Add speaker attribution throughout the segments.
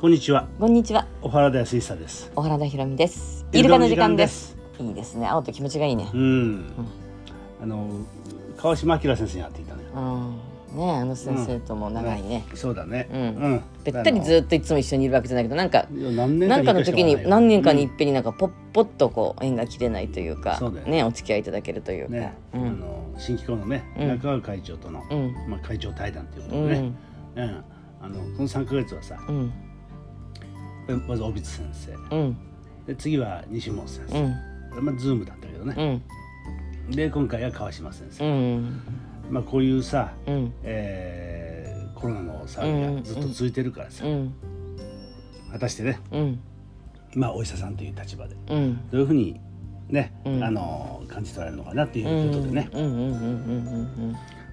Speaker 1: こんにちは、
Speaker 2: こんにちは、
Speaker 1: 小原田康久です。
Speaker 2: 小原田ひろみです。イルカの時間です。
Speaker 1: す。
Speaker 2: いいですね、青と気持ちがいいね。
Speaker 1: うん。あの川島明先生に会っていたのよ。
Speaker 2: うん、ねえ、あの先生とも長いね。
Speaker 1: うん。そうだね。
Speaker 2: うん
Speaker 1: うん。
Speaker 2: べったりずっといつも一緒にいるわけじゃないけど、なんか
Speaker 1: あ。のいや何年
Speaker 2: なんかの時に何年かにいっ
Speaker 1: 一
Speaker 2: ぺんになんかポッポッとこう縁が切れないというか
Speaker 1: そうだよ
Speaker 2: ねお付き合いいただけるという
Speaker 1: 回は
Speaker 2: か
Speaker 1: ね、
Speaker 2: う
Speaker 1: あ
Speaker 2: ん
Speaker 1: の新機構のね
Speaker 2: うん
Speaker 1: 中川会長との、
Speaker 2: うん
Speaker 1: まあ会長対談というこ
Speaker 2: う
Speaker 1: とでね。
Speaker 2: ん
Speaker 1: うん。あのこの三ヶ月はさ、
Speaker 2: うん
Speaker 1: まず小渕先生、
Speaker 2: うん
Speaker 1: で次は西本先
Speaker 2: う
Speaker 1: 生、
Speaker 2: ん
Speaker 1: まあズームだったけどね。
Speaker 2: うん
Speaker 1: で今回は川島先生
Speaker 2: う。ん
Speaker 1: まあこういうさ、
Speaker 2: うん
Speaker 1: えーコロナの騒ぎがずっと続いてるからさ、
Speaker 2: うん
Speaker 1: 果たしてね。
Speaker 2: うん
Speaker 1: まあ、お医者さんという立場で
Speaker 2: うん
Speaker 1: どういうふうにね、
Speaker 2: うん
Speaker 1: あの感じ取られるのかなっていうことでね、
Speaker 2: うんうんうんう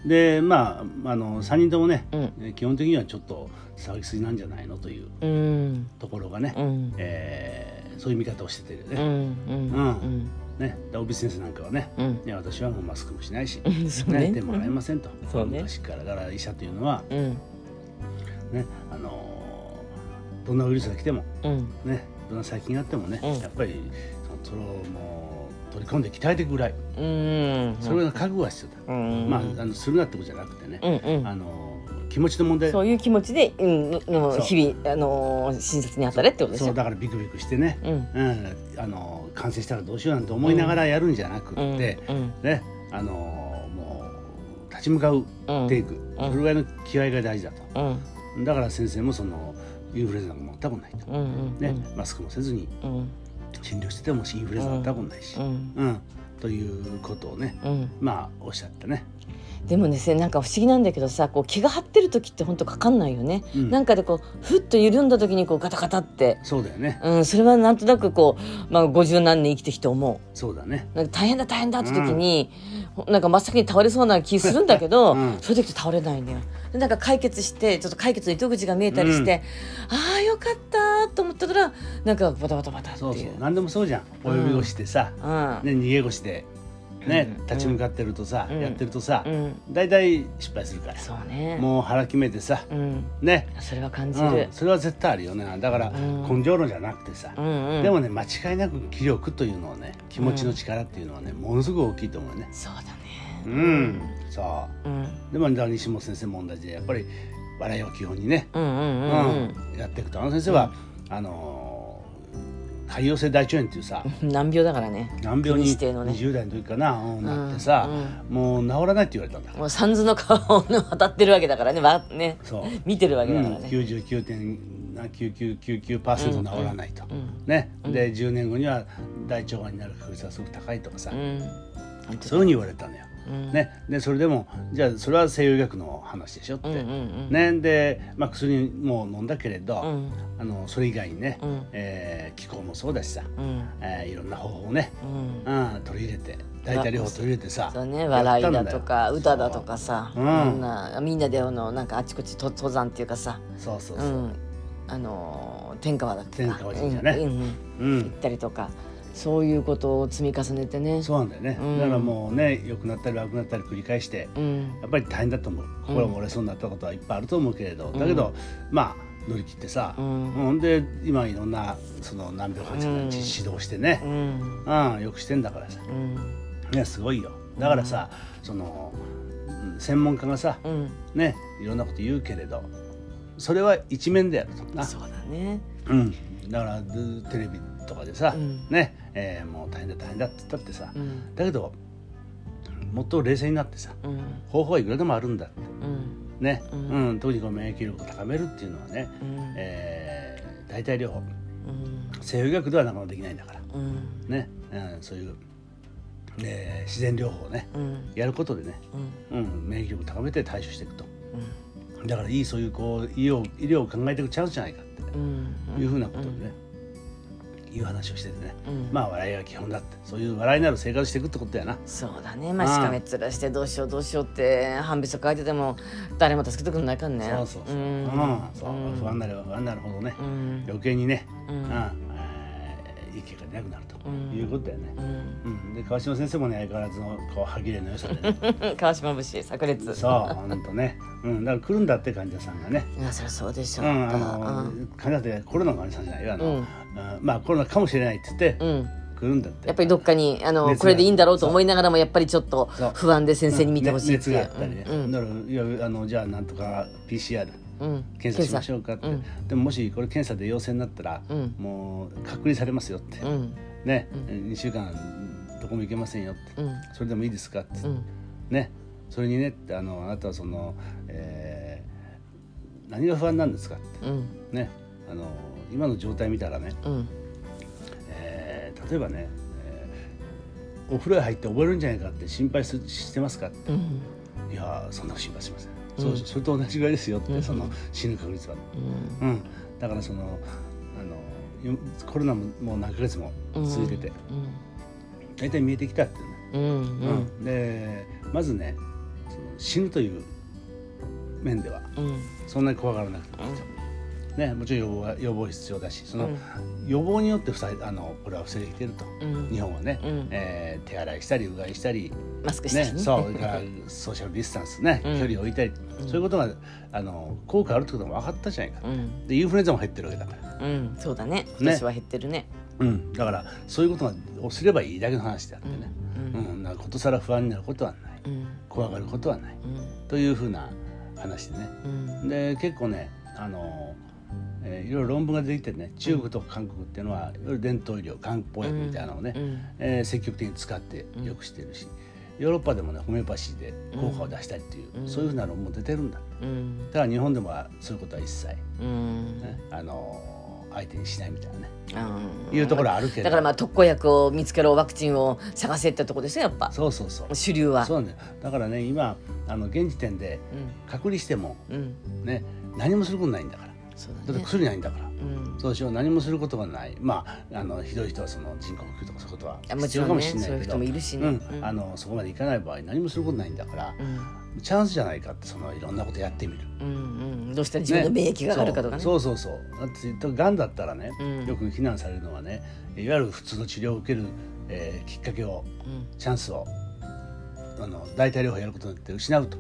Speaker 2: ん
Speaker 1: でまああの3人ともね、
Speaker 2: うん
Speaker 1: 基本的にはちょっと騒ぎすぎなんじゃないのという
Speaker 2: うんうん
Speaker 1: ところがね、
Speaker 2: うん
Speaker 1: えーそういう見方をしてて
Speaker 2: うんう
Speaker 1: ね,、
Speaker 2: んうん
Speaker 1: ねで尾渕先生なんかはね
Speaker 2: うん
Speaker 1: いや私はもうマスクもしないし、
Speaker 2: うんそう
Speaker 1: ね、
Speaker 2: ね
Speaker 1: 手もらえませんと、
Speaker 2: そうね
Speaker 1: 昔からだから医者というのは、
Speaker 2: うん
Speaker 1: ねあのどんなウイルスが来ても、
Speaker 2: うん
Speaker 1: ね、どんな細菌があってもね、
Speaker 2: うん
Speaker 1: やっぱりそのそれをもう取り込んで鍛えていくぐらい
Speaker 2: うん
Speaker 1: それは覚悟はしてた。
Speaker 2: うん
Speaker 1: まあ、あのするなってことじゃなくてね、
Speaker 2: うんうん
Speaker 1: あの気持ちの問題
Speaker 2: そういう気持ちで、うん、の
Speaker 1: そう
Speaker 2: 日々、あのー、診察に当たれってことでし
Speaker 1: そ
Speaker 2: ょ
Speaker 1: う。だからビクビクしてね、
Speaker 2: うん、
Speaker 1: うん、あの感染したらどうしようなんて思いながらやるんじゃなく
Speaker 2: うん、
Speaker 1: て、
Speaker 2: うん、
Speaker 1: ねあのもう立ち向かう
Speaker 2: うん、
Speaker 1: テイク、それぐらいの気合が大事だと
Speaker 2: うん、
Speaker 1: だから先生もそのインフルエンザなんか全くないと、
Speaker 2: うん、うん、
Speaker 1: ねマスクもせずに
Speaker 2: うん、
Speaker 1: 診療しててもインフルエンザなんて全くないし、
Speaker 2: う
Speaker 1: うん
Speaker 2: ん、
Speaker 1: ということをね
Speaker 2: うん。
Speaker 1: まあおっしゃってね、
Speaker 2: でもですね、なんか不思議なんだけどさ、こう気が張ってる時って本当かかんないよね。
Speaker 1: うん
Speaker 2: なんかでこう、ふっと緩んだ時にこうガタガタって。
Speaker 1: そうだよね
Speaker 2: うん、それはなんとなくこう、まあ、50何年生きてきて思
Speaker 1: そうだね
Speaker 2: うなんか大変だ大変だって時に、なんか真っ先に倒れそうな気するんだけど、
Speaker 1: うん
Speaker 2: そういう時って倒れないんだよでなんか解決してちょっと解決の糸口が見えたりして、ああよかったと思ったらなんかバタバタバタってい
Speaker 1: そ
Speaker 2: う
Speaker 1: うそう何でもそうじゃんお呼び越してさ、
Speaker 2: うん
Speaker 1: ね、逃げ腰で、ね
Speaker 2: うん
Speaker 1: 立ち向かってるとさ、
Speaker 2: うん
Speaker 1: やってるとさ、
Speaker 2: うん、
Speaker 1: 大体失敗するから
Speaker 2: そうね
Speaker 1: もう腹決めてさ
Speaker 2: う、ん、
Speaker 1: ね、
Speaker 2: それは感じ
Speaker 1: うん、、
Speaker 2: る
Speaker 1: それは絶対あるよねだから、
Speaker 2: うん
Speaker 1: 根性論じゃなくてさ
Speaker 2: う、んうん
Speaker 1: でもね間違いなく気力というのはね気持ちの力っていうのはねものすごく大きいと思うね。
Speaker 2: そうだね
Speaker 1: うん、そ
Speaker 2: うん
Speaker 1: うでもだから西本先生も同じでやっぱり笑いを基本にね、
Speaker 2: うんうん
Speaker 1: う
Speaker 2: うんうん
Speaker 1: やっていくとあの先生は、あのー潰瘍性大腸炎っていうさ
Speaker 2: 難病だからね
Speaker 1: 難病に
Speaker 2: 国指定のね
Speaker 1: 20代の時かな、うん
Speaker 2: うん
Speaker 1: なってさ、
Speaker 2: う
Speaker 1: もう治らないって言われたんだ
Speaker 2: んもうサンズの顔を渡ってるわけだからねわね
Speaker 1: そう、
Speaker 2: 見てるわ
Speaker 1: う
Speaker 2: けだから
Speaker 1: ん、
Speaker 2: ね、
Speaker 1: 99.9999%治らないと、
Speaker 2: うん
Speaker 1: ね、
Speaker 2: うん
Speaker 1: で10年後には大腸がんになる確率はすごく高いとかさ、
Speaker 2: うん本当
Speaker 1: そういうふうに言われたのよ、
Speaker 2: うん
Speaker 1: ね、でそれでもじゃあそれは西洋医学の話でしょって、
Speaker 2: うんうんうん
Speaker 1: ね、で、まあ、薬も飲んだけれど、
Speaker 2: うん
Speaker 1: あのそれ以外にね、
Speaker 2: うん
Speaker 1: えー気候もそうだしさ、
Speaker 2: うん
Speaker 1: えーいろんな方法をね、
Speaker 2: うん
Speaker 1: うん、取り入れて大体両方取り入れてさ
Speaker 2: そうね笑いだ
Speaker 1: や
Speaker 2: と
Speaker 1: ったん
Speaker 2: か
Speaker 1: よ
Speaker 2: 歌だとかさ、
Speaker 1: うん
Speaker 2: みんなみんなであのなんかあちこちと登山っていうかさ
Speaker 1: そうそう
Speaker 2: う
Speaker 1: そう、
Speaker 2: んあのー天川だっけか
Speaker 1: 天川神社ね
Speaker 2: うんうんうん
Speaker 1: うん
Speaker 2: 行ったりとかそういうことを積み重ねてね
Speaker 1: そうなんだよね、
Speaker 2: うん
Speaker 1: だからもうね良くなったり悪くなったり繰り返して
Speaker 2: うん
Speaker 1: やっぱり大変だと思う心も折れそうになったことはいっぱいあると思うけれど、だけどまあ乗り切ってさ、
Speaker 2: う
Speaker 1: うんん、で今いろんなその難病患者たちに指導してね
Speaker 2: う、ん
Speaker 1: うんよくしてんだからさ
Speaker 2: うん
Speaker 1: ねすごいよだからさ、そのうん専門家がさ
Speaker 2: うん
Speaker 1: ねいろんなこと言うけれどそれは一面でやるとな、
Speaker 2: そうだね
Speaker 1: うん、だからずテレビとかでさ、
Speaker 2: うん
Speaker 1: ね、えーもう大変だ大変だって言ったってさ、
Speaker 2: うん
Speaker 1: だけどもっと冷静になってさ
Speaker 2: うん
Speaker 1: 方法はいくらでもあるんだって
Speaker 2: うん
Speaker 1: ね、
Speaker 2: う
Speaker 1: うんん特にこう免疫力を高めるっていうのはね、
Speaker 2: うん
Speaker 1: えー大体療法
Speaker 2: うん
Speaker 1: 西洋医学ではなかなかできないんだから
Speaker 2: うん
Speaker 1: ね、うん、そういう、えー自然療法をね
Speaker 2: うん
Speaker 1: やることでね、
Speaker 2: うん
Speaker 1: うん、免疫力を高めて対処していくとだからいいそういうこう医療医療を考えていくチャンスじゃないかって
Speaker 2: うん
Speaker 1: いうふうなことでね、いう話をしててね、
Speaker 2: うん
Speaker 1: まあ笑いが基本だってそういう笑いなる生活していくってことやな
Speaker 2: そうだねまあしかめっ面してどうしようどうしようって半べそ書いてても誰も助けてくれないかんね
Speaker 1: そうそうそう、
Speaker 2: ん
Speaker 1: うんそう
Speaker 2: うん
Speaker 1: 不安になれば不安になるほどね、
Speaker 2: うん
Speaker 1: 余計にね、
Speaker 2: うん
Speaker 1: うんえーいい結果出なくなると
Speaker 2: うん
Speaker 1: いうことだよね。
Speaker 2: うん
Speaker 1: うん、で川島先生もね相変わらずのこう歯切れの良さでね
Speaker 2: 川島節炸裂
Speaker 1: そうほんとね、うん、だから来るんだって患者さんがね、
Speaker 2: いやそりゃそうでし
Speaker 1: う
Speaker 2: ょ
Speaker 1: ん、あの患者ってコロナの患者さんじゃないよあの、
Speaker 2: うん
Speaker 1: うんまあコロナかもしれないって言って
Speaker 2: うんうん
Speaker 1: 来るんだって
Speaker 2: やっぱりどっかにあの
Speaker 1: 熱が
Speaker 2: これでいいんだろうと思いながらもやっぱりちょっと
Speaker 1: そう
Speaker 2: 不安で先生に見てほしいって
Speaker 1: うん
Speaker 2: い
Speaker 1: ね熱が
Speaker 2: う
Speaker 1: あったりね、
Speaker 2: うん
Speaker 1: だからいやあのじゃあなんとか PCR
Speaker 2: うんうん
Speaker 1: 検査しましょうかって、
Speaker 2: 検
Speaker 1: でももしこれ検査で陽性になったら、
Speaker 2: うん
Speaker 1: もう隔離されますよって、
Speaker 2: うん
Speaker 1: ね、2週間どこも行けませんよって、
Speaker 2: うん
Speaker 1: それでもいいですかって、
Speaker 2: うん
Speaker 1: ねそれにねってあのあなたはその、えー何が不安なんですかって
Speaker 2: うん
Speaker 1: ねあの今の状態見たらね、
Speaker 2: うん
Speaker 1: えー例えばね、えーお風呂へ入って溺れるんじゃないかって心配すしてますかって
Speaker 2: うん
Speaker 1: いやーそんな心配しません、
Speaker 2: うん
Speaker 1: そうそれと同じぐらいですよって、
Speaker 2: うん
Speaker 1: その死ぬ確率は、
Speaker 2: うん
Speaker 1: うん、だからそのあのよコロナももう何ヶ月も続いてて、大体見えてきたっていうね、
Speaker 2: うんう
Speaker 1: う
Speaker 2: んうん
Speaker 1: んでまずねその死ぬという面では
Speaker 2: うん
Speaker 1: そんなに怖がらなくてもいいと、ね、もちろん予防は予防必要だしその、
Speaker 2: うん
Speaker 1: 予防によって防いあのこれは防いできてると、
Speaker 2: うん
Speaker 1: 日本はね、
Speaker 2: うん
Speaker 1: えー手洗いしたりうがいしたり
Speaker 2: マスクした
Speaker 1: ね
Speaker 2: り、
Speaker 1: そうだからソーシャルディスタンスね、
Speaker 2: うん
Speaker 1: 距離を置いたり、そういうことがあの効果あるってことも分かったじゃないか、
Speaker 2: うん
Speaker 1: でインフルエンザも減ってるわけだから、
Speaker 2: うんそうだね今年は減ってるね
Speaker 1: うん、だからそういうことがをすればいいだけの話であってね、
Speaker 2: うん
Speaker 1: うんなんかことさら不安になることはない
Speaker 2: うん
Speaker 1: 怖がることはない
Speaker 2: うん
Speaker 1: というふうな話でね
Speaker 2: うん
Speaker 1: で結構ねあの、えーいろいろ論文が出てきてね中国とか韓国っていうのはいろいろ伝統医療漢方薬みたいなのをね、
Speaker 2: うん
Speaker 1: えー積極的に使ってよくしてるし、ヨーロッパでもねホメオパシーで効果を出したりっていう、
Speaker 2: うん
Speaker 1: そういうふうなのも出てるんだって
Speaker 2: うん
Speaker 1: だから日本でもはそういうことは一切、ね
Speaker 2: うん
Speaker 1: あのー相手にしないみたいなね、
Speaker 2: うん
Speaker 1: いうところあるけど
Speaker 2: だからまあ特効薬を見つけろワクチンを探せってとこですよやっぱ
Speaker 1: そうそうそう
Speaker 2: 主流は
Speaker 1: そうなんだよだからね今あの現時点で隔離しても
Speaker 2: うんうん
Speaker 1: ね何もすることないんだから
Speaker 2: そう
Speaker 1: だ
Speaker 2: だ
Speaker 1: って
Speaker 2: ね
Speaker 1: 薬ないんだから。
Speaker 2: うん
Speaker 1: そうしよう何もすることがないまああのひどい人はその人工呼吸とかそういうことは
Speaker 2: やも
Speaker 1: 必
Speaker 2: ち
Speaker 1: 要
Speaker 2: ろ
Speaker 1: か
Speaker 2: ん
Speaker 1: も
Speaker 2: ね
Speaker 1: しれないけど
Speaker 2: そういう人もいるしね
Speaker 1: うん
Speaker 2: うん
Speaker 1: あのそこまでいかない場合何もすることないんだから、
Speaker 2: うん
Speaker 1: チャンスじゃないかってそのいろんなことやってみる。
Speaker 2: うんうんどうしたら自分の免疫が上がるかとかね
Speaker 1: そうそうそうそうだってがんだったらね、
Speaker 2: うん
Speaker 1: よく非難されるのはねいわゆる普通の治療を受ける、えーきっかけを
Speaker 2: うん
Speaker 1: チャンスをあの代替療法やることによって失うと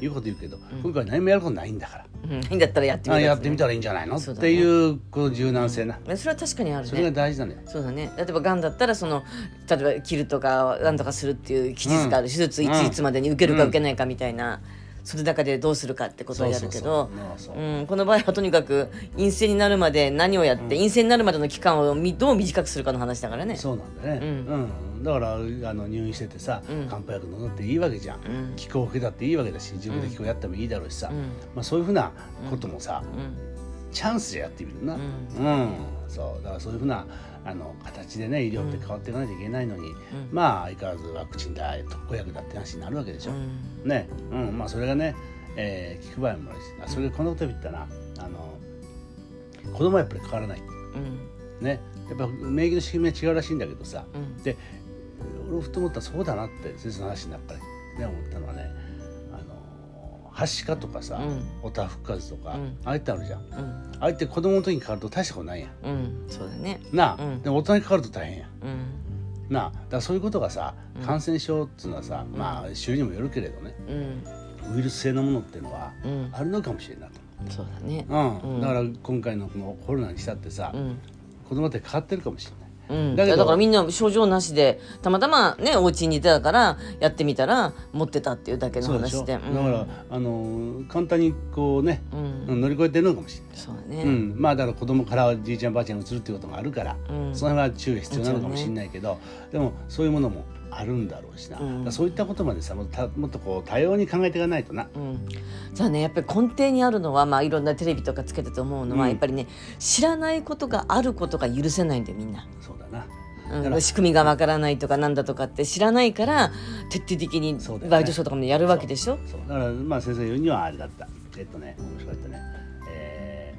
Speaker 1: いうこと言うけど、今回は何もやることないんだから、
Speaker 2: うんうんだったらやってみ
Speaker 1: あ
Speaker 2: る
Speaker 1: やってみた
Speaker 2: ら
Speaker 1: らいいんじゃないの、
Speaker 2: そう
Speaker 1: っ
Speaker 2: だね
Speaker 1: ていうこの柔軟性な、
Speaker 2: それは確かにある
Speaker 1: それが
Speaker 2: ね
Speaker 1: 大事なのよ。
Speaker 2: そうだね例えばがんだったらその例えば切るとかなんとかするっていう期日がある、手術いついつまでに受けるか受けないかみたいな、それだけでどうするかってことをやる
Speaker 1: そ
Speaker 2: けど
Speaker 1: うそうそうまあそう
Speaker 2: うん、この場合はとに かく陰性になるまで何をやって、陰性になるまでの期間をみどう短くするかの話だからね。
Speaker 1: そうなんだね、
Speaker 2: う
Speaker 1: うんだからあの入院しててさ、
Speaker 2: うん
Speaker 1: 漢方薬飲んだっていいわけじゃん、
Speaker 2: うん
Speaker 1: 気候を受けたっていいわけだし自分で気候やってもいいだろうしさ、
Speaker 2: うん
Speaker 1: まあ、そういうふうなこともさ、
Speaker 2: うん
Speaker 1: チャンスでやってみるな、
Speaker 2: う
Speaker 1: うんんそうだからそういうふうなあの形でね医療って変わっていかないといけないのに、まあ相変わらずワクチンだ特効薬だって話になるわけでし
Speaker 2: う
Speaker 1: ょ、
Speaker 2: ん
Speaker 1: ね、うん、まあそれがね、えー、聞く場合もあるしあそれでこんなこと言ったらあの子供はやっぱり変わらない
Speaker 2: うん
Speaker 1: ねやっぱ免疫の仕組みは違うらしいんだけどさ、
Speaker 2: うん
Speaker 1: で俺ふと思ったらそうだなって先生の話の中からね思ったのはねあのはしかとかさ、
Speaker 2: うん
Speaker 1: おたふくかずとか、
Speaker 2: うん
Speaker 1: ああいってあるじゃん
Speaker 2: うん
Speaker 1: ああいって子供の時にかかると大したことないやん
Speaker 2: うんそうだね。
Speaker 1: なあ、
Speaker 2: うん
Speaker 1: でも大人にかかると大変やん
Speaker 2: うん
Speaker 1: なあだからそういうことがさ感染症っていうのはさ、まあ種類にもよるけれどね
Speaker 2: うん
Speaker 1: ウイルス性のものっていうのは
Speaker 2: うん
Speaker 1: あるのかもしれんないと
Speaker 2: そうだね。
Speaker 1: 思う、うん
Speaker 2: うん
Speaker 1: だから今回のこのコロナにしたってさ、
Speaker 2: うん
Speaker 1: 子供ってかかってるかもしれない
Speaker 2: うん、
Speaker 1: だ
Speaker 2: だ
Speaker 1: けど
Speaker 2: からみんな症状なしでたまたまねお家にいたからやってみたら持ってたっていうだけの
Speaker 1: そうでしょ
Speaker 2: 話で
Speaker 1: だ
Speaker 2: う
Speaker 1: か
Speaker 2: ん
Speaker 1: らあの簡単にこうね、
Speaker 2: うん
Speaker 1: 乗り越えてるのかもしれない
Speaker 2: そうだ
Speaker 1: う
Speaker 2: ね、
Speaker 1: ん、まあだから子供からじいちゃんばあちゃんに移るっていうこともあるから、
Speaker 2: うん
Speaker 1: その辺は注意必要なのかもしれないけど、でもそういうものもあるんだろうしな、
Speaker 2: うん
Speaker 1: だからそういったことまでさもっとたもっとこう多様に考えていかないとな、
Speaker 2: うんじゃあねやっぱり根底にあるのは、まあ、いろんなテレビとかつけてて思うのは、
Speaker 1: うん
Speaker 2: やっぱりね知らないことがあることが許せないんだよみんな、
Speaker 1: そうだな
Speaker 2: うん
Speaker 1: だから
Speaker 2: 仕組みがわからないとかなんだとかって知らないから徹底的に
Speaker 1: そうだよね
Speaker 2: ワイドショーとかもやるわけでしょ。
Speaker 1: そうだからまあ先生言うにはあれだったえっとね面白かったね、え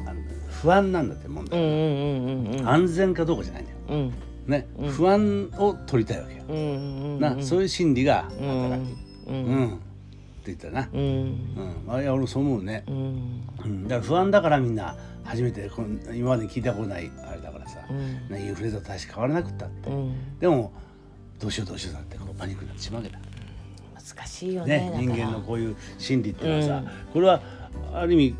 Speaker 1: ーあの不安なんだって問
Speaker 2: うん
Speaker 1: 題、
Speaker 2: うんうんうんうん
Speaker 1: 安全かどうかじゃないんだよ、
Speaker 2: うん
Speaker 1: ね不安を取りたいわけよ、
Speaker 2: うんうんうん
Speaker 1: なそういう心理が働き、
Speaker 2: うん
Speaker 1: うん言ったな
Speaker 2: う、ん
Speaker 1: うんあいや俺そう思うね
Speaker 2: う、ん
Speaker 1: うん、だから不安だからみんな初めてこん今まで聞いたことないあれだからさ、
Speaker 2: うん
Speaker 1: なインフルエンザと大して変わらなくったって
Speaker 2: うん
Speaker 1: でもどうしようどうしようだってこのパニックになってしまうわけだ。
Speaker 2: 難しいよね
Speaker 1: ね、
Speaker 2: だから
Speaker 1: 人間のこういう心理っていうのはさ、これはある意味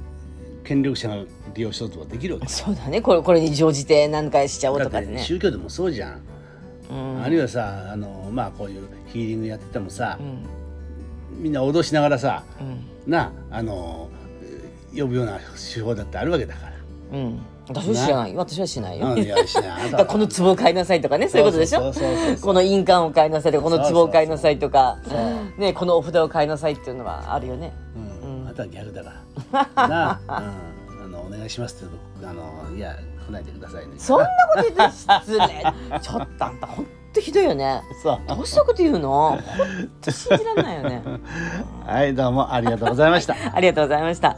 Speaker 1: 権力者が利用しようとはできるわけ
Speaker 2: そうだねこれこれに乗じて何回しちゃおう
Speaker 1: だ
Speaker 2: と
Speaker 1: っ
Speaker 2: か
Speaker 1: て、
Speaker 2: でね
Speaker 1: 宗教でもそうじゃん、
Speaker 2: うん
Speaker 1: あるいはさあの、まあ、こういうヒーリングやっててもさ
Speaker 2: う、ん
Speaker 1: みんな脅しながらさ
Speaker 2: うん
Speaker 1: なあのえー呼ぶような手法だってあるわけだから。
Speaker 2: うん私は知らない私はしないよ
Speaker 1: うん、いやしないあな
Speaker 2: だ
Speaker 1: た
Speaker 2: から
Speaker 1: は
Speaker 2: この壺を買いなさいとかねそういうことでしょ
Speaker 1: そうそうそうそうそう
Speaker 2: この印鑑を買いなさいとかこの壺を買いなさいとか
Speaker 1: そうそうそう
Speaker 2: ねこのお札を買いなさいっていうのはあるよね
Speaker 1: うん
Speaker 2: うん
Speaker 1: あとはギャグだ から。なあ、うん、あのお願いしますって僕あのいや来ないでくださいね。
Speaker 2: そんなこと言って失礼ちょっとあんたほんとひどいよね
Speaker 1: そう。
Speaker 2: どうしたこと言うのほんと信じらんないよね
Speaker 1: はいどうもありがとうございました。
Speaker 2: ありがとうございました